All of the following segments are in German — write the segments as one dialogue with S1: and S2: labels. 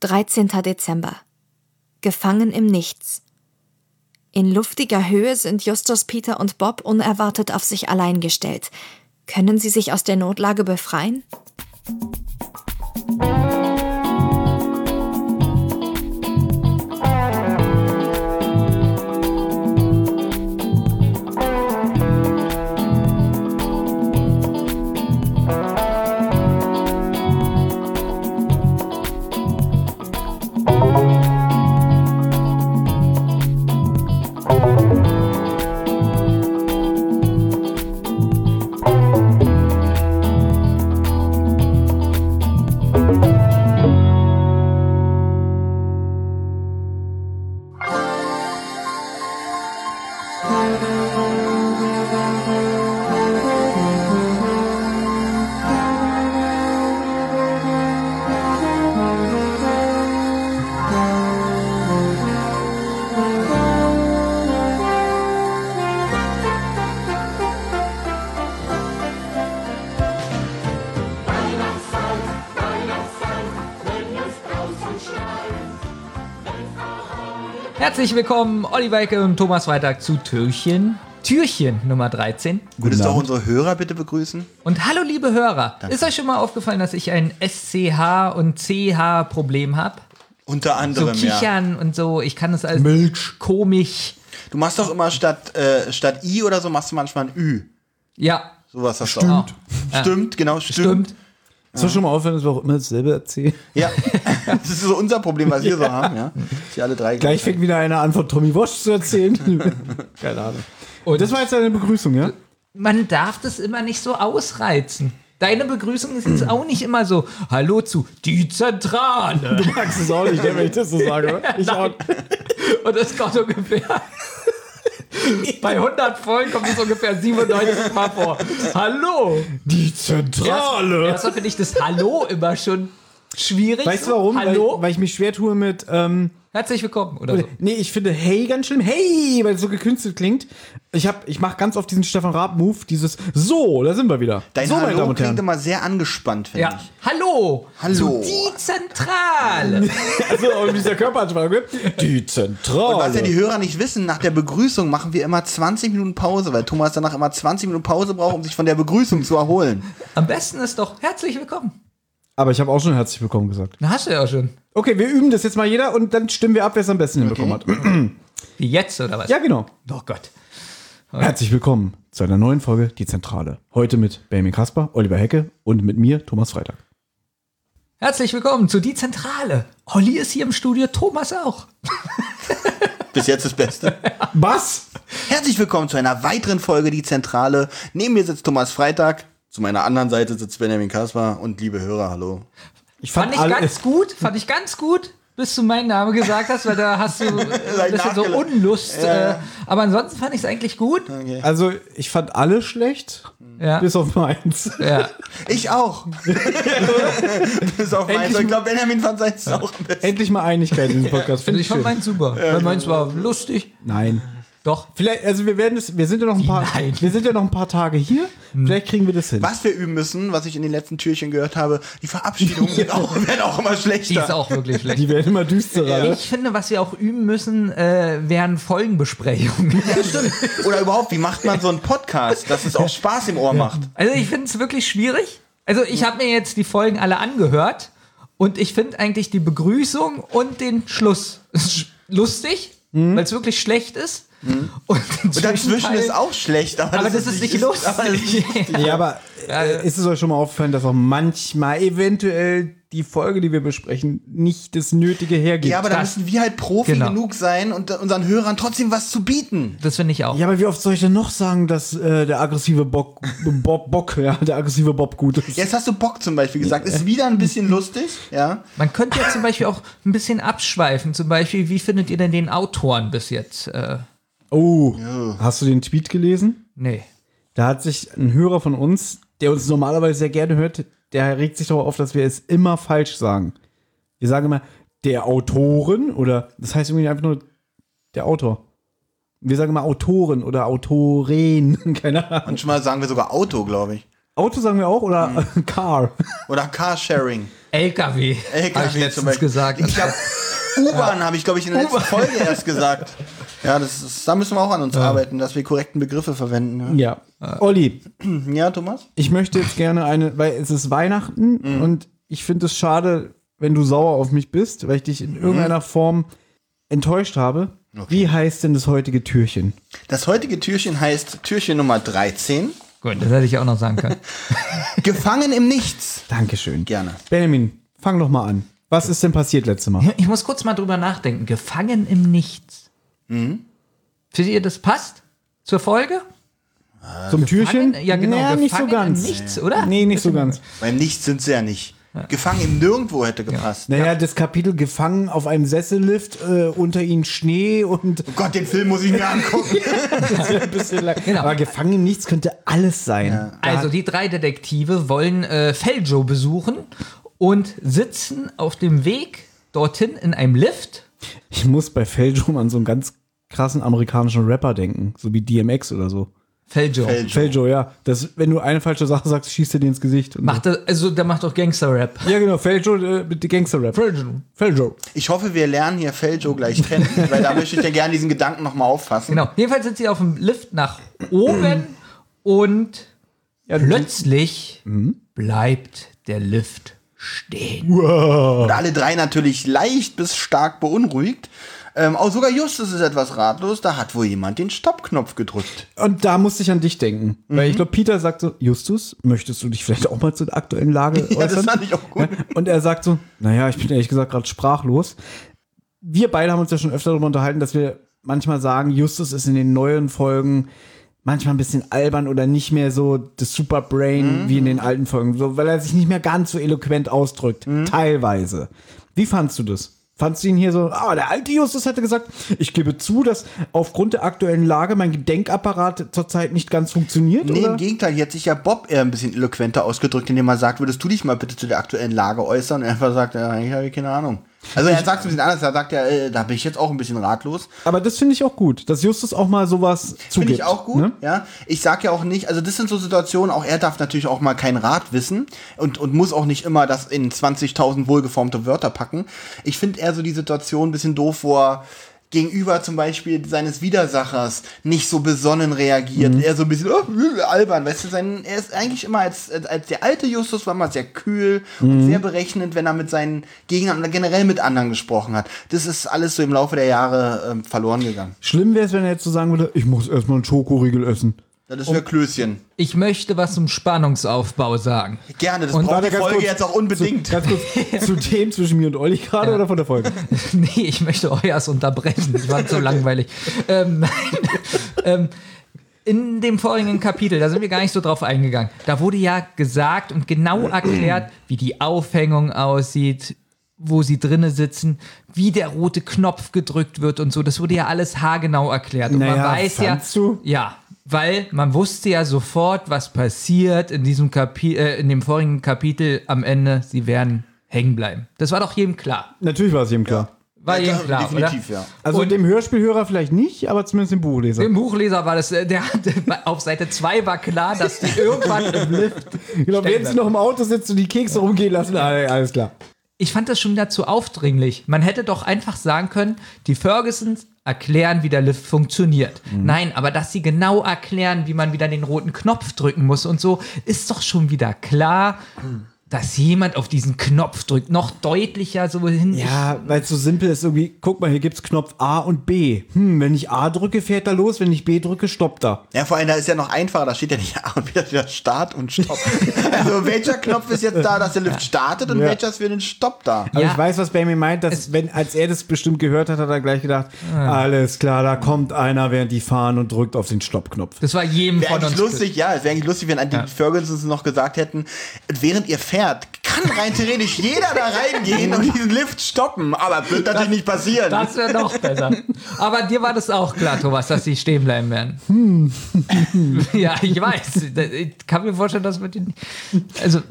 S1: 13. Dezember. Gefangen im Nichts. In luftiger Höhe sind Justus, Peter und Bob unerwartet auf sich allein gestellt. Können sie sich aus der Notlage befreien?
S2: Herzlich willkommen, Olli Weike und Thomas Freitag zu Türchen. Türchen Nummer 13.
S3: Würdest du auch unsere Hörer bitte begrüßen?
S2: Und hallo, liebe Hörer. Ist euch schon mal aufgefallen, dass ich ein SCH- und CH-Problem habe?
S3: Unter
S2: So
S3: anderem, ja.
S2: kichern und so. Ich kann das als Milch. komisch.
S3: Du machst doch immer statt, äh, statt I oder so, machst du manchmal ein Ü.
S2: Ja,
S3: Sowas hast
S2: Genau.
S3: du auch. Stimmt, genau, stimmt.
S2: stimmt.
S4: Ist doch schon mal aufhören, dass wir auch immer dasselbe erzählen.
S3: Ja, das ist so unser Problem, was wir so haben, ja. Die alle drei
S4: Gleich fängt wieder einer an, von Tommy Walsh zu erzählen. Keine Ahnung.
S2: Und
S4: Das war jetzt deine Begrüßung, ja?
S2: man darf das immer nicht so ausreizen. Deine Begrüßung ist jetzt auch nicht immer so, hallo zu die Zentrale.
S4: Du magst es auch nicht, wenn ich das so sage, oder? Ich auch.
S2: Und das kommt ungefähr. Bei 100 Folgen kommt es ungefähr 97 Mal vor. Hallo!
S4: Die
S2: Erst- Erstmal finde ich das Hallo immer schon schwierig.
S4: Weißt du warum?
S2: Hallo?
S4: Weil, weil ich mich schwer tue mit. Ähm,
S2: Herzlich willkommen oder so.
S4: Nee, ich finde Hey ganz schlimm. Hey, weil es so gekünstelt klingt. Ich, hab- ich mache ganz oft diesen Stefan Raab-Move, dieses So, da sind wir wieder.
S3: Dein
S4: so, meine Damen
S3: Hallo
S4: und
S3: klingt
S4: Herren.
S3: immer sehr angespannt, finde
S2: Ja. Hallo!
S3: Hallo.
S2: Zu die Zentrale!
S4: Also, und dieser Körperansprache. ne? Die Zentrale.
S3: Was ja die Hörer nicht wissen, nach der Begrüßung machen wir immer 20 Minuten Pause, weil Thomas danach immer 20 Minuten Pause braucht, um sich von der Begrüßung zu erholen.
S2: Am besten ist doch herzlich willkommen.
S4: Aber ich habe auch schon herzlich willkommen gesagt.
S2: Na, hast du ja schon.
S4: Okay, wir üben das jetzt mal jeder und dann stimmen wir ab, wer es am besten hinbekommen hat.
S2: Wie jetzt oder was?
S4: Ja, genau.
S2: Oh Gott.
S4: Herzlich willkommen zu einer neuen Folge Die Zentrale. Heute mit Benjamin Kasper, Oliver Hecke und mit mir, Thomas Freitag.
S2: Herzlich willkommen zu die Zentrale. Olli ist hier im Studio, Thomas auch.
S3: Bis jetzt das Beste.
S4: Was?
S3: Herzlich willkommen zu einer weiteren Folge Die Zentrale. Neben mir sitzt Thomas Freitag, zu meiner anderen Seite sitzt Benjamin Kaspar und liebe Hörer, hallo.
S4: Ich
S2: Fand ich
S4: alle-
S2: ganz gut, fand ich ganz gut, bis du meinen Namen gesagt hast, weil da hast du äh, ein bisschen so
S3: nachgelassen.
S2: Unlust. Äh, aber ansonsten fand ich es eigentlich gut.
S4: Also, ich fand alle schlecht,
S2: Ja.
S4: bis auf meins.
S2: Ja. Also
S3: Ich auch. Bis auf meins. Ich glaube, Benjamin fand seins auch am besten.
S4: Endlich mal Einigkeit in diesem Podcast. Finde
S2: Also
S4: ich
S2: ich fand
S4: schön.
S2: meins super. weil meins war lustig.
S4: Nein.
S2: Doch.
S4: Vielleicht, also wir werden es, wir sind ja noch ein paar,
S2: Nein. Hm.
S4: wir sind ja noch ein paar Tage hier. Vielleicht kriegen wir das hin.
S3: Was wir üben müssen, was ich in den letzten Türchen gehört habe, die Verabschiedungen sind auch, werden auch immer
S2: Die ist
S3: schlechter.
S2: auch wirklich schlecht.
S4: Die werden immer düsterer. ne?
S2: Ich finde, was wir auch üben müssen, äh, wären Folgenbesprechungen.
S3: Oder überhaupt, wie macht man so einen Podcast, dass es auch Spaß im Ohr macht?
S2: Also ich finde es wirklich schwierig. Also ich habe mir jetzt die Folgen alle angehört und ich finde eigentlich die Begrüßung und den Schluss sch- lustig, weil es wirklich schlecht ist. Und,
S3: Mhm. Und dazwischen ist auch schlecht, aber,
S2: Aber das ist nicht lustig.
S4: Ja, aber äh, ist es euch schon mal aufgefallen, dass auch manchmal eventuell die Folge, die wir besprechen, nicht das Nötige hergibt?
S3: Ja, aber da
S2: Das-
S3: müssen wir halt Profi
S2: Genau.
S3: genug sein und unseren Hörern trotzdem was zu bieten.
S2: Das finde ich auch.
S4: Ja, aber wie oft soll ich denn noch sagen, dass äh, der aggressive Bock, Bob, Bock, ja, der aggressive Bob gut ist?
S3: Jetzt hast du Bock zum Beispiel gesagt. Ist wieder ein bisschen lustig, ja.
S2: Man könnte ja zum Beispiel auch ein bisschen abschweifen. Zum Beispiel, wie findet ihr denn den Autoren bis jetzt? Äh,
S4: Oh, hast du den Tweet gelesen?
S2: nee.
S4: Da hat sich ein Hörer von uns, der uns normalerweise sehr gerne hört, der regt sich darauf auf, dass wir es immer falsch sagen. Wir sagen immer der Autoren oder das heißt irgendwie einfach nur der Autor. Wir sagen immer Autoren oder Autoren, keine Ahnung.
S3: Manchmal sagen wir sogar Auto, glaube ich.
S4: Auto sagen wir auch oder Car?
S3: Oder Carsharing.
S2: LKW,
S3: LKW
S2: habe ich letztens
S3: zum Beispiel.
S2: gesagt.
S3: Ich glaub, U-Bahn habe ich, glaube ich, in der letzten Folge erst gesagt. Ja, das ist, da müssen wir auch an uns arbeiten, dass wir korrekten Begriffe verwenden.
S4: Ja. Äh. Olli,
S3: Ja, ja Thomas?
S4: ich möchte jetzt gerne eine, weil es ist Weihnachten und ich finde es schade, wenn du sauer auf mich bist, weil ich dich in irgendeiner Form enttäuscht habe. Wie heißt denn das heutige Türchen?
S3: Das heutige Türchen heißt Türchen Nummer 13.
S2: Gut, das hätte ich auch noch sagen können.
S3: Gefangen im Nichts.
S4: Dankeschön.
S3: Gerne.
S4: Benjamin, fang doch mal an. Was ist denn passiert letzte Mal?
S2: Ich muss kurz mal drüber nachdenken. Gefangen im Nichts. Findet ihr, das passt zur Folge?
S4: Zum Türchen?
S2: Ja, genau.
S4: Naja, nicht so
S2: Gefangen
S4: ganz.
S2: Im Nichts, oder?
S4: Nee, nicht so ganz.
S3: Beim Nichts sind sie ja nicht. Gefangen im Nirgendwo hätte gepasst.
S4: Naja, das Kapitel gefangen auf einem Sessellift, äh, unter ihnen Schnee und
S3: Oh Gott, den Film muss ich mir angucken.
S4: ein bisschen lang.
S2: Genau.
S4: Aber gefangen im Nichts könnte alles sein.
S2: Also die drei Detektive wollen äh, Feljo besuchen und sitzen auf dem Weg dorthin in einem Lift.
S4: Ich muss bei Feldrum an so einen ganz krassen amerikanischen Rapper denken, so wie DMX oder so.
S2: Feljo.
S4: Feljo, ja. Das, wenn du eine falsche Sache sagst, schießt er dir ins Gesicht. Und
S2: Macht er, also der macht doch Gangster-Rap.
S4: ja, genau, Feljo äh, mit Gangster-Rap.
S2: Feljo.
S4: Feljo.
S3: Ich hoffe, wir lernen hier Feljo gleich kennen, weil da möchte ich ja gerne diesen Gedanken nochmal auffassen.
S2: Genau. Jedenfalls sind sie auf dem Lift nach oben und plötzlich bleibt der Lift stehen.
S3: Und alle drei natürlich leicht bis stark beunruhigt. Ähm, auch sogar Justus ist etwas ratlos. Da hat wohl jemand den Stoppknopf gedrückt.
S4: Und da musste ich an dich denken.
S3: Mhm.
S4: Weil ich glaube, Peter sagt so, Justus, möchtest du dich vielleicht auch mal zur aktuellen Lage äußern?
S3: Ja, das fand ich auch gut.
S4: Ja, Und er sagt so, naja, ich bin ehrlich gesagt gerade sprachlos. Wir beide haben uns ja schon öfter darüber unterhalten, dass wir manchmal sagen, Justus ist in den neuen Folgen manchmal ein bisschen albern oder nicht mehr so das Superbrain
S3: Mhm.
S4: wie in den alten Folgen, so, weil er sich nicht mehr ganz so eloquent ausdrückt,
S3: Mhm.
S4: teilweise. Wie fandst du das? Fandst du ihn hier so, ah, der alte Justus hätte gesagt, ich gebe zu, dass aufgrund der aktuellen Lage mein Gedenkapparat zurzeit nicht ganz funktioniert,
S3: Nee,
S4: oder?
S3: im Gegenteil, hier hat sich ja Bob eher ein bisschen eloquenter ausgedrückt, indem er sagt, würdest du dich mal bitte zu der aktuellen Lage äußern? Und er einfach sagt, ja, ich habe keine Ahnung. Also er sagt es ein bisschen anders, er sagt ja, äh, da bin ich jetzt auch ein bisschen ratlos.
S4: Aber das finde ich auch gut, dass Justus auch mal sowas zugibt.
S3: Finde ich auch gut,
S4: ne?
S3: ja. Ich sag ja auch nicht, also das sind so Situationen, auch er darf natürlich auch mal keinen Rat wissen und, und muss auch nicht immer das in 20.000 wohlgeformte Wörter packen. Ich finde eher so die Situation ein bisschen doof, wo er gegenüber zum Beispiel seines Widersachers nicht so besonnen reagiert.
S4: Mhm.
S3: Er so ein bisschen oh, albern, weißt du, sein, er ist eigentlich immer als, als- als der alte Justus war mal sehr kühl
S4: Mhm.
S3: und sehr berechnend, wenn er mit seinen Gegnern oder generell mit anderen gesprochen hat. Das ist alles so im Laufe der Jahre ähm, verloren gegangen.
S4: Schlimm wäre es, wenn er jetzt so sagen würde, ich muss erstmal einen Schokoriegel essen.
S3: Das ist für Klößchen.
S2: Ich möchte was zum Spannungsaufbau sagen.
S3: Gerne, das
S2: Und
S3: braucht
S4: warte,
S3: die
S4: ganz
S3: Folge
S4: kurz.
S3: jetzt auch unbedingt.
S4: Zu, ganz kurz, zu dem zwischen mir und Olli gerade oder von der Folge?
S2: nee, ich möchte euers unterbrechen. Ich war so langweilig. Ähm, nein. ähm, in dem vorigen Kapitel, da sind wir gar nicht so drauf eingegangen. Da wurde ja gesagt und genau erklärt, wie die Aufhängung aussieht, wo sie drinne sitzen, wie der rote Knopf gedrückt wird und so. Das wurde ja alles haargenau erklärt. Und
S4: Naja,
S2: man weiß ja,
S4: fandst du?
S2: ja, weil man wusste ja sofort, was passiert in diesem Kapi äh, in dem vorigen Kapitel am Ende. Sie werden hängen bleiben. Das war doch jedem klar.
S4: Natürlich war es ihm klar.
S2: War
S3: Ja,
S2: jedem klar,
S3: definitiv,
S2: oder?
S3: ja.
S4: Also
S2: Und-
S4: dem Hörspielhörer vielleicht nicht, aber zumindest dem Buchleser.
S2: Dem Buchleser war das, äh, der hatte, auf Seite 2 war klar, dass die irgendwann im Lift. Stecken
S4: ich glaube, wenn sie
S2: bleiben.
S4: Genau, noch im Auto sitzt und die Kekse rumgehen lassen, ah, ja, alles klar.
S2: Ich fand das schon wieder zu aufdringlich. Man hätte doch einfach sagen können, die Fergusons erklären, wie der Lift funktioniert.
S3: Mhm.
S2: Nein, aber dass sie genau erklären, wie man wieder den roten Knopf drücken muss und so, ist doch schon wieder klar, dass jemand auf diesen Knopf drückt. Noch deutlicher so hin.
S4: Ja, weil es so simpel ist, irgendwie, guck mal, hier gibt's Knopf A und B. Hm, wenn ich A drücke, fährt er los, wenn ich B drücke, stoppt er.
S3: Ja, vor allem, da ist ja noch einfacher, da steht ja nicht A und wieder, wieder Start und Stopp. also welcher Knopf ist jetzt da, dass der Lift startet und
S4: Ja.
S3: welcher ist für den Stopp da?
S4: Aber
S2: Ja.
S4: ich weiß, was Bammy meint, dass wenn, als er das bestimmt gehört hat, hat er gleich gedacht,
S2: Ah.
S4: alles klar, da kommt einer, während die fahren und drückt auf den Stoppknopf.
S2: Das war jedem
S3: Wäre
S2: von
S3: eigentlich
S2: uns.
S3: lustig, ja, es wäre eigentlich lustig, wenn an die Fergusons noch gesagt hätten, während ihr fährt, kann rein theoretisch jeder da reingehen und diesen Lift stoppen. Aber wird natürlich nicht passieren.
S2: Das wäre noch besser. Aber dir war das auch klar, Thomas, dass sie stehen bleiben werden.
S4: Hm.
S2: ja, ich weiß. Ich kann mir vorstellen, dass wir den. Also.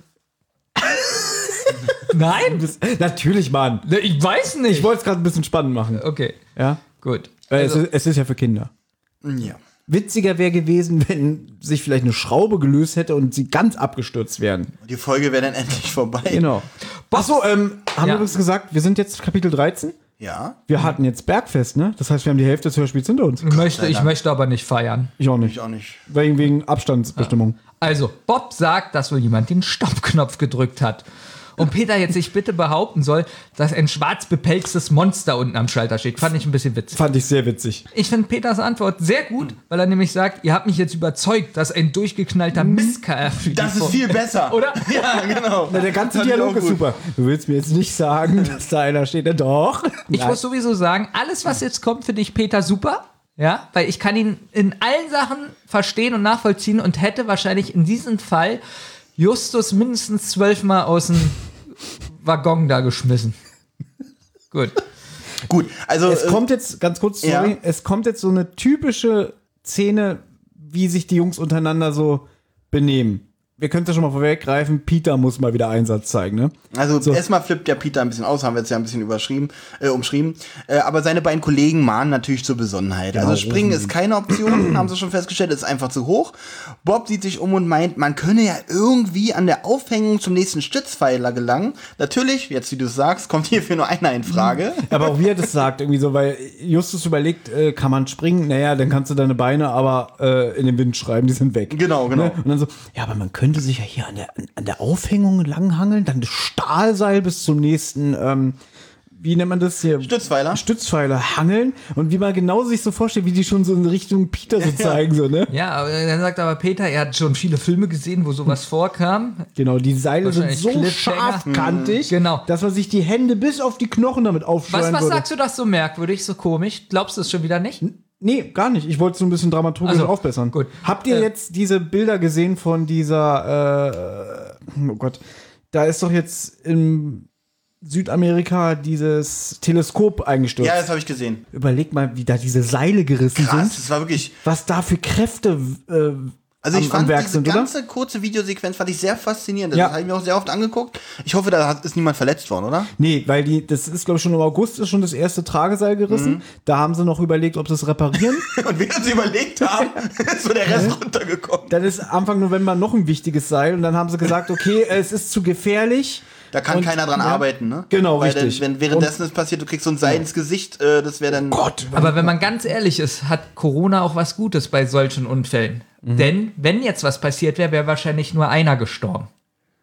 S2: Nein?
S4: Natürlich, Mann.
S2: Ich weiß
S4: Ich
S2: nicht.
S4: wollte es gerade ein bisschen spannend machen.
S2: Okay,
S4: ja?
S2: gut.
S4: Weil
S2: Also,
S4: es, ist, es ist ja für Kinder.
S3: ja.
S4: Witziger wäre gewesen, wenn sich vielleicht eine Schraube gelöst hätte und sie ganz abgestürzt wären.
S3: Die Folge wäre dann endlich vorbei.
S4: Genau. Achso, ähm, haben wir
S2: Ja.
S4: übrigens gesagt, wir sind jetzt Kapitel 13.
S3: Ja,
S4: Wir hatten jetzt Bergfest, ne? Das heißt, wir haben die Hälfte des Hörspiels hinter uns.
S2: Ich möchte, ich möchte aber nicht feiern.
S4: Ich auch
S3: ich
S4: nicht.
S3: auch nicht.
S4: Wegen, wegen Abstandsbestimmung.
S2: Also, Bob sagt, dass wohl jemand den Stoppknopf gedrückt hat. Und Peter jetzt sich bitte behaupten soll, dass ein schwarz bepelztes Monster unten am Schalter steht. Fand ich ein bisschen witzig.
S4: Fand ich sehr witzig.
S2: Ich finde Peters Antwort sehr gut,
S3: Hm.
S2: weil er nämlich sagt, ihr habt mich jetzt überzeugt, dass ein durchgeknallter Mistkerl für die
S3: Hm. Das ist
S2: Folge-
S3: viel besser.
S2: Oder?
S3: Ja, genau.
S4: Der ganze
S3: Fand ich
S4: Dialog
S3: auch
S4: ist
S3: gut.
S4: super. Du willst mir jetzt nicht sagen, dass da einer steht. Ja, Doch.
S2: Ich
S4: Nein.
S2: muss sowieso sagen, alles, was jetzt kommt, finde ich Peter super. Ja, weil ich kann ihn in allen Sachen verstehen und nachvollziehen und hätte wahrscheinlich in diesem Fall Justus mindestens zwölfmal aus dem Waggon da geschmissen. Gut.
S3: Gut, also
S4: Es
S3: äh,
S4: kommt jetzt, ganz kurz, sorry,
S3: Ja.
S4: es kommt jetzt so eine typische Szene, wie sich die Jungs untereinander so benehmen. Wir können es ja schon mal vorweggreifen, Peter muss mal wieder Einsatz zeigen, ne?
S3: Also
S4: So.
S3: erstmal flippt der Peter ein bisschen aus, haben wir jetzt ja ein bisschen überschrieben, äh, umschrieben. Äh, aber seine beiden Kollegen mahnen natürlich zur Besonnenheit.
S4: Genau,
S3: also springen ist keine Option, haben sie schon festgestellt, ist einfach zu hoch. Bob sieht sich um und meint, man könne ja irgendwie an der Aufhängung zum nächsten Stützpfeiler gelangen. Natürlich, jetzt wie du es sagst, kommt hierfür nur einer in Frage.
S4: Aber auch wie er das sagt, irgendwie so, weil Justus überlegt, äh, kann man springen? Naja, dann kannst du deine Beine aber äh, in den Wind schreiben, die sind weg.
S3: Genau, genau.
S4: Ne? Und dann so, ja, aber man könnte sich ja hier an der, an der Aufhängung langhangeln, dann das Stahlseil bis zum nächsten, ähm, wie nennt man das hier?
S3: Stützpfeiler.
S4: Stützpfeiler hangeln und wie man genau sich so vorstellt, wie die schon so in Richtung Peter so zeigen, so, ne?
S2: Ja, aber dann sagt aber Peter, er hat schon viele Filme gesehen, wo sowas
S3: Hm.
S2: vorkam.
S4: Genau, die Seile sind
S2: Wahrscheinlich
S4: so
S2: Cliffhanger.
S4: scharfkantig,
S2: Mhm. Genau.
S4: dass man sich die Hände bis auf die Knochen damit aufschneiden
S2: Was, was
S4: würde.
S2: sagst du das so merkwürdig, so komisch? Glaubst du es schon wieder nicht?
S4: Nee, gar nicht. Ich wollte es nur ein bisschen dramaturgisch
S2: Also,
S4: aufbessern.
S2: gut.
S4: Habt ihr
S2: Äh,
S4: jetzt diese Bilder gesehen von dieser, äh, oh Gott, da ist doch jetzt in Südamerika dieses Teleskop eingestürzt.
S3: Ja, das habe ich gesehen.
S4: Überleg mal, wie da diese Seile gerissen
S3: Krass,
S4: sind.
S3: das war wirklich.
S4: Was da für Kräfte äh,
S3: Also ich
S4: am, am
S3: fand
S4: Werk
S3: diese
S4: sind, oder?
S3: ganze kurze Videosequenz fand ich sehr faszinierend. Das
S4: Ja.
S3: habe ich mir auch sehr oft angeguckt. Ich hoffe, da hat, ist niemand verletzt worden, oder?
S4: Nee, weil die, das ist, glaube ich, schon im August ist schon das erste Trageseil gerissen.
S3: Mhm.
S4: Da haben sie noch überlegt, ob sie es reparieren.
S3: Und während sie überlegt haben, ist so der Rest runtergekommen.
S4: dann ist Anfang November noch ein wichtiges Seil und dann haben sie gesagt, okay, es ist zu gefährlich.
S3: Da kann
S4: Und-
S3: keiner dran
S4: ja.
S3: arbeiten, ne?
S4: Genau,
S3: Weil
S4: richtig.
S3: Dann, wenn währenddessen es passiert, du kriegst so ein Seil ins Gesicht, äh, das wäre dann.
S4: Gott,
S2: Aber wenn man ganz ehrlich ist, hat Corona auch was Gutes bei solchen Unfällen. Denn wenn jetzt was passiert wäre, wäre wahrscheinlich nur einer gestorben.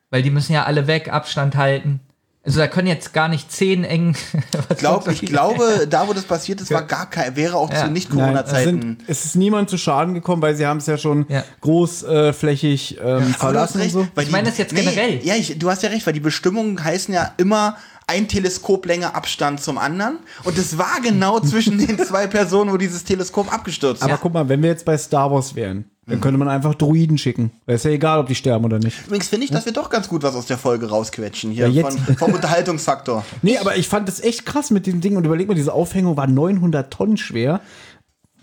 S2: Weil die müssen ja alle weg, Abstand halten. Also da können jetzt gar nicht zehn eng. was
S3: Glaub,
S2: sonst
S3: ich
S2: was-
S3: glaube, da wo das passiert ist, war gar kein, wäre auch
S2: Ja.
S3: zu
S4: Nein, es,
S3: Nicht-Corona-Zeiten.
S4: sind, es ist niemand zu Schaden gekommen, weil sie haben es ja schon
S2: Ja.
S4: großflächig ähm,
S3: Aber du hast
S4: verlassen und
S3: recht,
S4: so.
S3: weil
S2: Ich
S3: die-
S2: meine das jetzt generell.
S3: Ja, ich, du hast ja recht, weil die Bestimmungen heißen ja immer ein Teleskoplänge Abstand zum anderen. Und es war genau zwischen den zwei Personen, wo dieses Teleskop abgestürzt
S4: Aber
S3: ist.
S4: guck mal, wenn wir jetzt bei Star Wars wären,
S3: Mhm.
S4: dann könnte man einfach Druiden schicken. Weil ist ja egal, ob die sterben oder nicht.
S3: Übrigens finde ich, dass wir doch ganz gut was aus der Folge rausquetschen hier
S4: Ja, jetzt-
S3: von, vom Unterhaltungsfaktor.
S4: Nee, aber ich fand das echt krass mit dem Ding. Und überleg mal, diese Aufhängung war 900 Tonnen schwer.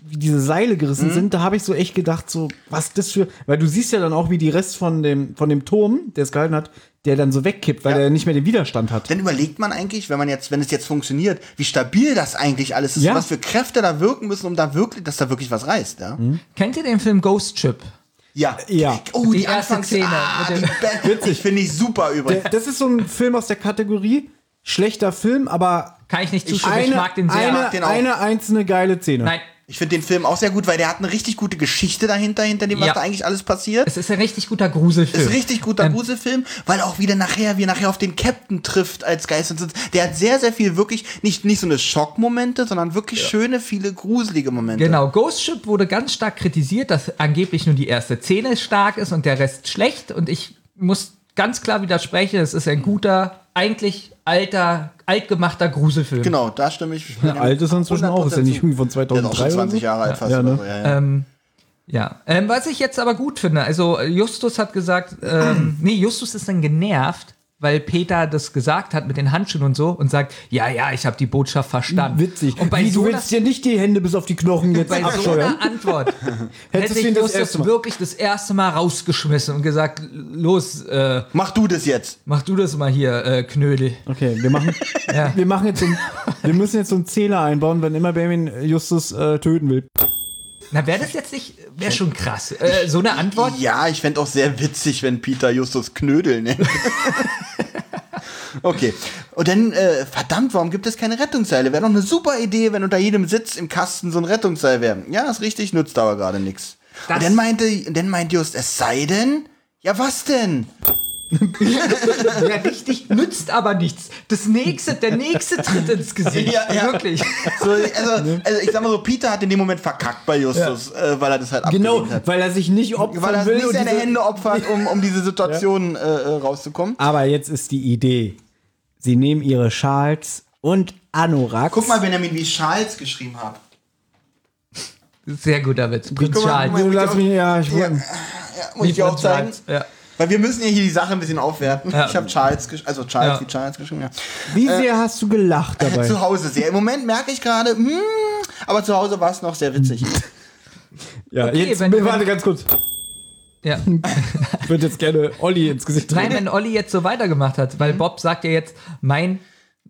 S4: Wie diese Seile gerissen
S3: Mhm.
S4: sind, da habe ich so echt gedacht, so, was das für. Weil du siehst ja dann auch, wie die Rest von dem, von dem Turm, der es gehalten hat, der dann so wegkippt, weil
S3: Ja.
S4: er nicht mehr den Widerstand hat.
S3: Dann überlegt man eigentlich, wenn man jetzt, wenn es jetzt funktioniert, wie stabil das eigentlich alles ist,
S4: Ja.
S3: was für Kräfte da wirken müssen, um da wirklich, dass da wirklich was reißt, ja?
S2: Kennt ihr den Film Ghost Ship?
S3: Ja.
S4: Ja.
S3: Oh, die,
S2: Die erste
S3: Anfangsszene.
S2: Szene
S3: Ah,
S2: mit
S3: die
S2: dem-
S3: Be- Witzig. Finde ich super übrigens.
S4: Der- Das ist so ein Film aus der Kategorie schlechter Film, aber
S2: Kann ich nicht zustimmen,
S4: eine,
S2: ich mag den sehr.
S4: eine,
S3: mag den auch.
S4: eine einzelne geile Szene.
S2: Nein,
S3: Ich finde den Film auch sehr gut, weil der hat eine richtig gute Geschichte dahinter, hinter dem, was
S2: Ja. Ähm.
S3: da eigentlich alles passiert.
S2: es ist ein richtig guter Gruselfilm.
S3: ist ein richtig guter Gruselfilm, weil auch wieder nachher, wie er nachher auf den Captain trifft als Geist und so. Der hat sehr, sehr viel wirklich, nicht, nicht so eine Schockmomente, sondern wirklich schöne, viele gruselige Momente.
S2: Genau, Ghost Ship wurde ganz stark kritisiert, dass angeblich nur die erste Szene stark ist und der Rest schlecht. Und ich muss ganz klar widersprechen, es ist ein guter, eigentlich alter, altgemachter Gruselfilm.
S3: Genau, da stimme ich.
S4: alt ist er inzwischen auch, ist ja nicht
S3: 100% zu.
S4: irgendwie von
S3: Der ist auch
S4: 2003
S3: schon
S4: oder
S3: 20
S4: so?
S3: Jahre alt fast.
S4: Ja,
S3: oder
S4: ne?
S3: so, ja, ja.
S2: Ja. Ähm, was ich jetzt aber gut finde, also äh, Justus hat gesagt, ähm, nee, Justus ist dann genervt, weil Peter das gesagt hat mit den Handschuhen und so und sagt, ja, ja, ich habe die Botschaft verstanden.
S4: Witzig.
S2: Und bei
S4: Wie,
S2: so
S4: du
S2: einer,
S4: willst dir nicht die Hände bis auf die Knochen jetzt
S2: bei so
S4: abscheuern.
S2: einer Antwort hätte
S4: Hättest du
S2: ich
S4: ihn das
S2: Justus
S4: erste Mal.
S2: wirklich das erste Mal rausgeschmissen und gesagt, los, äh,
S3: Mach du das jetzt.
S2: Mach du das mal hier, äh, Knödel.
S4: Okay, wir machen, wir machen jetzt so ein, wir müssen jetzt so einen Zähler einbauen, wenn immer Benjamin Justus äh, töten will.
S2: Na, wäre das jetzt nicht, wäre schon krass. Äh, so eine Antwort?
S3: Ja, ich fände auch sehr witzig, wenn Peter Justus Knödel nennt. okay. Und dann, äh, verdammt, warum gibt es keine Rettungsseile? Wäre doch eine super Idee, wenn unter jedem Sitz im Kasten so ein Rettungsseil wäre. Ja, ist richtig, nützt aber gerade nichts.
S2: Das-
S3: Und dann meinte, und dann meint Just, es sei denn, ja was denn?
S2: Wäre richtig, nützt aber nichts. Das nächste, der nächste tritt ins Gesicht.
S3: Ja, ja.
S2: Wirklich.
S3: So, also, also ich sag mal so, Peter hat in dem Moment verkackt bei Justus, äh, weil er das halt
S4: Genau,
S3: abgelehnt hat.
S4: weil er sich nicht opfern
S3: Weil er
S4: will.
S3: nicht
S4: und
S3: seine
S4: diese-
S3: Hände opfert, um, um diese Situation äh, äh, rauszukommen.
S4: Aber jetzt ist die Idee. Sie nehmen ihre Schals und Anoraks.
S3: Guck mal, Benjamin, wie ich Charles geschrieben habe.
S2: Sehr guter Witz. Prinz
S3: Guck mal,
S2: Charles.
S4: du lass mich, ja, ich
S3: Ja,
S4: ja.
S3: ja, muss ich dir auch zeigen.
S2: Ja.
S3: Weil wir müssen ja hier die Sache ein bisschen aufwerten.
S2: Ja.
S3: Ich habe Charles geschrieben, also
S2: Ja.
S3: Charles wie Charles geschrieben, ja.
S4: Wie sehr hast du gelacht dabei?
S3: Zu Hause sehr. Im Moment merke ich gerade, hm, aber zu Hause war es noch sehr witzig.
S4: Ja,
S2: Okay,
S4: jetzt,
S2: wenn-
S4: warte
S2: wenn-
S4: ganz kurz.
S2: ja.
S4: Ich würde jetzt gerne Olli ins Gesicht
S2: Nein,
S4: treten.
S2: wenn Olli jetzt so weitergemacht hat,
S3: Mhm.
S2: weil Bob sagt ja jetzt, mein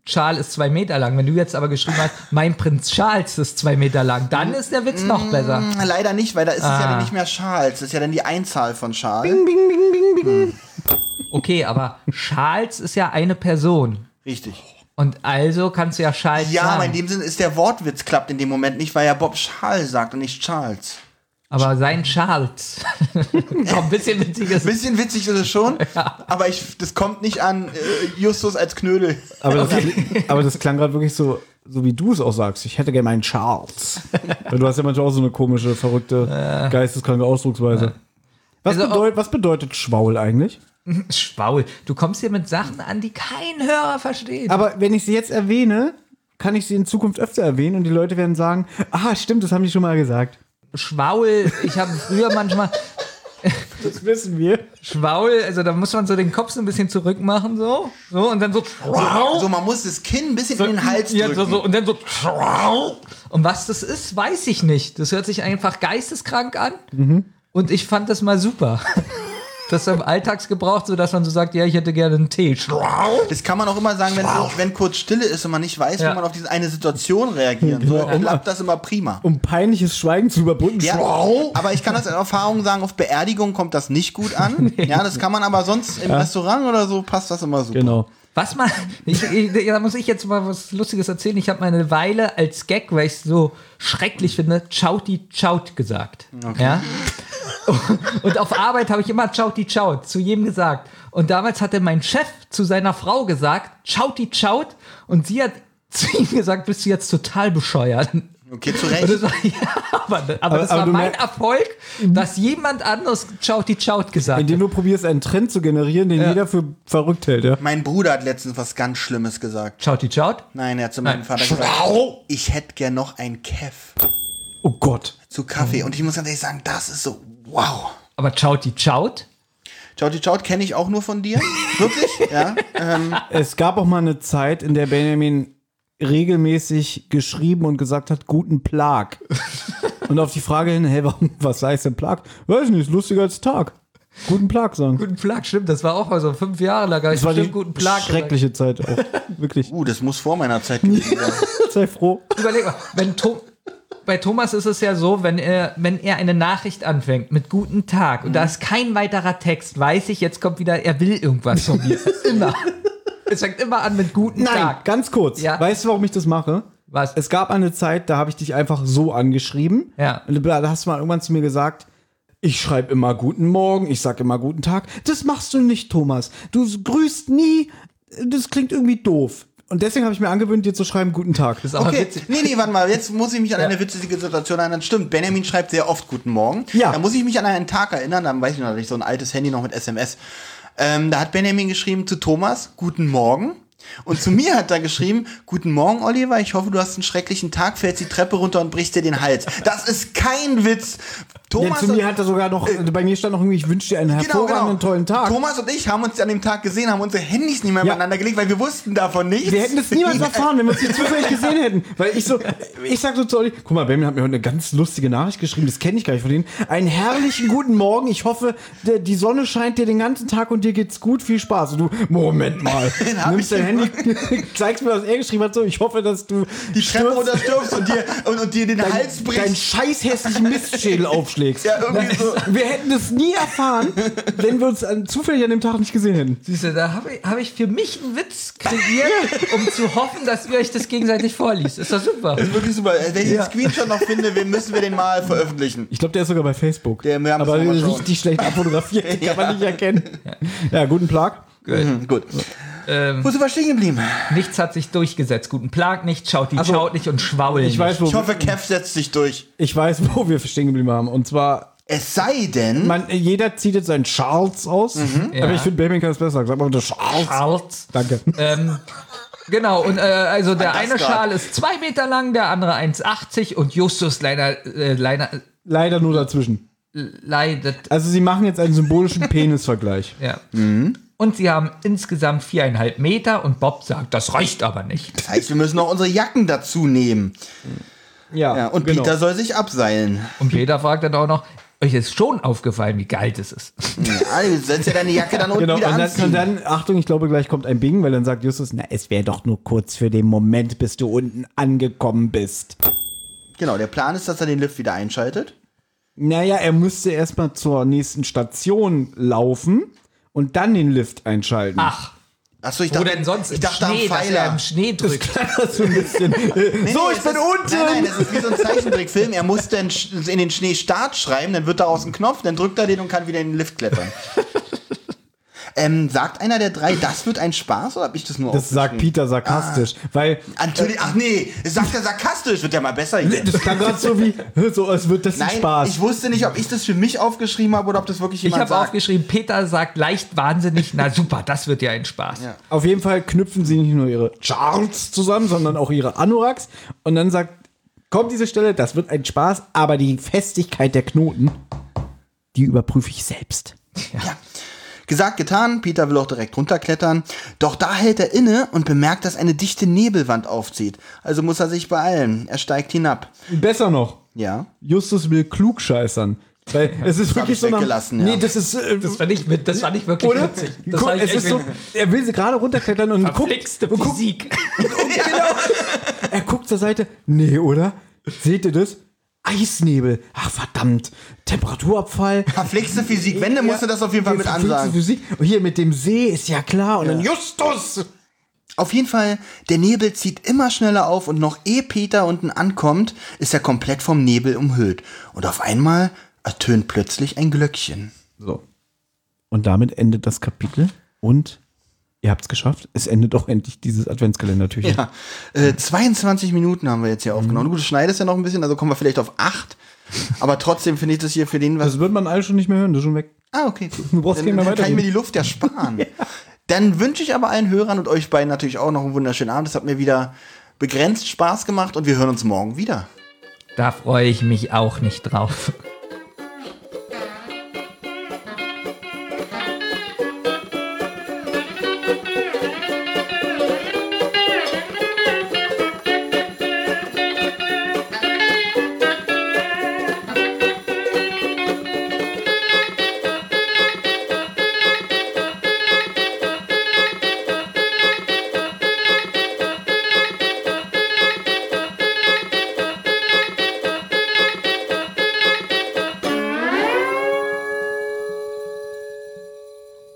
S2: Charles ist zwei Meter lang. Wenn du jetzt aber geschrieben hast, mein Prinz Charles ist zwei Meter lang, dann ist der Witz noch besser.
S3: Leider nicht, weil da ist es
S4: Ah.
S3: ja dann nicht mehr Charles. Das ist ja dann die Einzahl von Charles.
S2: Okay, aber Charles ist ja eine Person.
S3: Richtig.
S2: Und also kannst du ja Charles
S3: Ja, aber
S2: sagen.
S3: in dem Sinne ist der Wortwitz klappt in dem Moment nicht, weil ja Bob Charles sagt und nicht Charles.
S2: Aber sein Charles. Komm, ein bisschen witziges.
S3: Bisschen witzig ist es schon, aber ich, das kommt nicht an äh, Justus als Knödel.
S4: Aber das, aber das klang gerade wirklich so, so wie du es auch sagst. Ich hätte gerne meinen Charles. Weil du hast ja manchmal auch so eine komische, verrückte, geisteskranke Ausdrucksweise. Was,
S2: Also auch-
S4: bedeut, was bedeutet Schwaul eigentlich?
S2: Schwaul. Du kommst hier mit Sachen an, die kein Hörer versteht.
S4: Aber wenn ich sie jetzt erwähne, kann ich sie in Zukunft öfter erwähnen und die Leute werden sagen, ah, stimmt, das haben die schon mal gesagt.
S2: Schwaul. Ich habe früher manchmal.
S4: Das wissen wir.
S2: Schwaul, also da muss man so den Kopf so ein bisschen zurückmachen, so. So, und dann so.
S3: So, Also man muss das Kinn ein bisschen in den Hals drücken.
S2: Ja, so, so, und dann so. Und was das ist, weiß ich nicht. Das hört sich einfach geisteskrank an.
S3: Mhm.
S2: Und ich fand das mal super. Das im Alltagsgebrauch, so dass man so sagt, ja, ich hätte gerne einen Tee.
S3: Das kann man auch immer sagen, wenn, wenn kurz Stille ist und man nicht weiß,
S2: Ja. Genau.
S3: wie man auf diese eine Situation reagieren soll, dann klappt das immer prima.
S4: Um peinliches Schweigen zu überbrücken.
S3: Ja,
S4: Schwaul.
S3: aber ich kann das in Erfahrung sagen, auf Beerdigung kommt das nicht gut an. Ja, das kann man aber sonst im Restaurant oder so, passt das immer super.
S4: Genau.
S2: Was man, ich, ich, da muss ich jetzt mal was Lustiges erzählen. Ich habe mal eine Weile als Gag, weil ich es so schrecklich finde, Chauti Chaut gesagt. Ja? Und auf Arbeit habe ich immer Chauti Chaut zu jedem gesagt. Und damals hatte mein Chef zu seiner Frau gesagt, Chauti Chaut. Und sie hat zu ihm gesagt, bist du jetzt total bescheuert.
S3: Okay, zu
S2: Genau. Und
S3: Recht.
S2: das war, ja, aber, aber, das
S4: aber
S2: war
S4: du Mhm.
S2: mein
S4: mer-
S2: Erfolg, dass jemand anderes Chauti Chaut gesagt hat.
S4: Indem du probierst, einen Trend zu generieren, den jeder für verrückt hält, ja.
S3: Mein Bruder hat letztens was ganz Schlimmes gesagt.
S2: Chauti Chaut?
S3: Nein, er hat zu meinem
S2: Nein.
S3: Vater gesagt, ich hätte gern noch ein Kev
S4: Oh Gott.
S3: zu
S4: Mhm.
S3: Kaffee. Und ich muss ganz ehrlich sagen, das ist so, wow.
S2: Aber Chauti Chaut?
S3: Chaut, Chaut kenne ich auch nur von dir. Wirklich? Ja.
S4: Es gab auch mal eine Zeit, in der Benjamin regelmäßig geschrieben und gesagt hat, guten Plag. und auf die Frage hin, hey, warum, was heißt denn Plag? Weiß nicht, ist lustiger als Tag. Guten Plag sagen.
S2: Guten Plag, stimmt, das war auch mal so fünf Jahre lang. Das
S4: das war die
S2: guten Plag.
S4: schreckliche Zeit auch. Wirklich.
S3: Uh, das muss vor meiner Zeit gewesen sein.
S4: Sei froh.
S2: gesagt. Überleg mal, wenn Tom, bei Thomas ist es ja so, wenn er, wenn er eine Nachricht anfängt mit Guten Tag und da ist kein weiterer Text, weiß ich, jetzt kommt wieder, er will irgendwas von mir. immer. Es fängt immer an mit Guten
S4: Nein,
S2: Tag.
S4: ganz kurz.
S2: Ja.
S4: Weißt du, warum ich das mache?
S2: Was?
S4: Es gab eine Zeit, da habe ich dich einfach so angeschrieben.
S2: Ja.
S4: Und da hast du mal irgendwann zu mir gesagt, ich schreibe immer guten Morgen, ich sag immer guten Tag. Das machst du nicht, Thomas. Du grüßt nie. Das klingt irgendwie doof. Und deswegen habe ich mir angewöhnt, dir zu schreiben guten Tag.
S2: ist aber
S3: Okay,
S2: witzig.
S3: nee, nee, warte mal, jetzt muss ich mich an eine witzige Situation erinnern. Stimmt, Benjamin schreibt sehr oft Guten Morgen.
S4: Ja.
S3: Da muss ich mich an einen Tag erinnern, dann weiß ich noch, hatte ich so ein altes Handy noch mit SMS. Ähm, da hat Benjamin geschrieben zu Thomas, Guten Morgen. Und zu mir hat er geschrieben, Guten Morgen, Oliver, ich hoffe, du hast einen schrecklichen Tag, fällst die Treppe runter und brichst dir den Hals. Das ist kein Witz.
S4: Ja,
S3: Thomas
S4: zu mir
S3: und-
S4: hat er sogar noch,
S2: äh,
S4: bei mir stand noch irgendwie, ich wünsche dir einen
S2: genau,
S4: hervorragenden, tollen Tag.
S3: Genau, Thomas und ich haben uns an dem Tag gesehen, haben unsere Handys nicht mehr
S4: Ja.
S3: miteinander gelegt, weil wir wussten davon nichts.
S4: Wir hätten es niemals erfahren, wenn wir es nicht zufällig gesehen hätten. Weil ich so, ich sag so zu Olli, guck mal, Benjamin hat mir heute eine ganz lustige Nachricht geschrieben, das kenne ich gar nicht von denen. Einen herrlichen guten Morgen, ich hoffe, der, die Sonne scheint dir den ganzen Tag und dir geht's gut, viel Spaß. Und du, Moment mal,
S3: hab
S4: nimmst
S3: ich
S4: dein Handy, zeigst mir, was er geschrieben hat, so, ich hoffe, dass du
S3: die Treppe
S4: stürzt,
S3: runterstürfst und dir, und, und dir den Hals
S4: deinen
S3: brichst.
S4: scheiß hässlichen Mistschädel aufschlägst.
S3: Ja, irgendwie so.
S4: Wir hätten das nie erfahren, wenn wir uns an, zufällig an dem Tag nicht gesehen hätten.
S2: Siehst du, da habe ich, hab ich für mich einen Witz kreiert, um zu hoffen, dass ihr euch das gegenseitig vorliest. Ist doch super.
S3: Das ist wirklich super. Wenn ich den Screenshot noch finde, wir müssen wir den mal veröffentlichen.
S4: Ich glaube, der ist sogar bei Facebook.
S3: Der- wir haben
S4: aber
S3: es noch mal schauen.
S4: richtig schlecht abfotografiert, den kann man nicht erkennen. Ja, guten Plag.
S3: Mhm, gut.
S2: Ähm,
S3: Wo sind wir stehen geblieben?
S2: nichts hat sich durchgesetzt. Guten Plag nicht, schaut die
S4: Also,
S2: schaut nicht und schwaul
S4: Ich weiß, wo,
S3: Ich hoffe, Kev setzt sich durch.
S4: ich weiß, wo wir stehen geblieben haben. Und zwar,
S3: Es sei denn,
S4: man, jeder zieht jetzt seinen Charles aus.
S3: Mhm.
S4: Aber
S2: Ja.
S4: ich finde, Baby kann es besser. Sag mal bitte Charles.
S2: Charles.
S4: Danke.
S3: Äh.
S2: Ähm, genau, und äh, also der
S3: das
S2: eine
S3: grad.
S2: Schal ist zwei Meter lang, der andere 1,80 und Justus leider, äh, leider,
S4: Leider nur dazwischen.
S2: leidet.
S4: Also, sie machen jetzt einen symbolischen Penisvergleich.
S2: Ja.
S4: Mhm.
S2: Und sie haben insgesamt viereinhalb Meter und Bob sagt, das reicht aber nicht.
S3: das heißt, wir müssen noch unsere Jacken dazu nehmen.
S4: Ja, genau.
S3: Ja, und Peter soll sich abseilen.
S2: Und Peter fragt dann auch noch, euch ist schon aufgefallen, wie kalt es ist.
S3: Ja, also, du sollst ja deine Jacke dann unten
S4: Genau, und
S3: wieder
S4: dann,
S3: anziehen.
S4: und dann, Achtung, ich glaube, gleich kommt ein Bing, weil dann sagt Justus, na, es wäre doch nur kurz für den Moment, bis du unten angekommen bist.
S3: genau, der Plan ist, dass er den Lift wieder einschaltet.
S4: Naja, er müsste erstmal zur nächsten Station laufen und dann den Lift einschalten.
S2: Ach,
S3: Achso, ich
S2: wo
S3: dachte,
S2: denn sonst?
S3: ich
S2: Im
S3: dachte am
S2: Schnee, dass er
S3: Pfeiler.
S2: im Schnee drückt.
S4: so ein bisschen.
S3: Nee,
S4: so,
S3: nee,
S4: ich
S3: es
S4: bin
S3: ist,
S4: unten!
S3: Nein, nein, das ist wie so ein Zeichentrickfilm. Er muss dann sch- in den Schnee Start schreiben, dann wird er aus dem Knopf, dann drückt er den und kann wieder in den Lift klettern. ähm, sagt einer der drei, das wird ein Spaß oder hab ich das nur
S4: das sagt
S3: aufgeschrieben?
S4: Peter sarkastisch,
S3: Ah.
S4: weil
S3: Natürlich, ach nee, das sagt er sarkastisch, wird ja mal besser hier.
S4: das klang gerade so wie, so als wird das ein
S3: Nein,
S4: Spaß.
S3: ich wusste nicht, ob ich das für mich aufgeschrieben habe oder ob das wirklich
S2: Ich
S3: jemand
S2: habe
S3: sagt.
S2: aufgeschrieben, Peter sagt leicht wahnsinnig, na super, das wird ja ein Spaß.
S3: Ja.
S4: Auf jeden Fall knüpfen sie nicht nur ihre Charts zusammen, sondern auch ihre Anoraks. Und dann sagt, kommt diese Stelle, das wird ein Spaß, aber die Festigkeit der Knoten, die überprüfe ich selbst.
S3: Ja. Gesagt, getan, Peter will auch direkt runterklettern. Doch da hält er inne und bemerkt, dass eine dichte Nebelwand aufzieht. Also muss er sich beeilen. Er steigt hinab.
S4: Besser noch,
S3: Ja.
S4: Justus will klugscheißern. Weil es ist
S3: hab
S4: wirklich
S3: ich
S4: so nach,
S3: weggelassen, ja.
S4: Nee, das ist äh,
S2: Das fand ich, mit- das fand ich wirklich
S4: oder?
S2: witzig. Das
S4: Guck,
S2: hab ich
S4: es
S2: echt
S4: ist so, er will sie gerade runterklettern und guckt,
S2: verflixte Physik.
S4: genau. er guckt zur Seite. Nee, oder? Seht ihr das? Eisnebel. Ach verdammt. Temperaturabfall.
S3: Verflixte Physik, wenn, dann musst du das auf jeden Fall mit
S4: Verflixte
S3: ansagen.
S4: Physik. Und hier mit dem See ist ja klar. Und dann Justus.
S3: Auf jeden Fall, der Nebel zieht immer schneller auf und noch ehe Peter unten ankommt, ist er komplett vom Nebel umhüllt. Und auf einmal ertönt plötzlich ein Glöckchen.
S4: So. Und damit endet das Kapitel. Und ihr habt's geschafft. Es endet auch endlich dieses Adventskalendertürchen.
S3: Ja, äh, 22 Minuten haben wir jetzt hier aufgenommen. Du schneidest ja noch ein bisschen, also kommen wir vielleicht auf 8. Aber trotzdem finde ich das hier für den was.
S4: Das Also wird man alle schon nicht mehr hören. Das ist schon weg.
S3: Ah, okay. Gut.
S4: Du brauchst
S3: dann,
S4: nicht
S3: dann
S4: mehr
S3: kann ich
S4: weiterreden.
S3: mir die Luft ja sparen. Dann wünsche ich aber allen Hörern und euch beiden natürlich auch noch einen wunderschönen Abend. Es hat mir wieder begrenzt Spaß gemacht und wir hören uns morgen wieder.
S2: Da freue ich mich auch nicht drauf.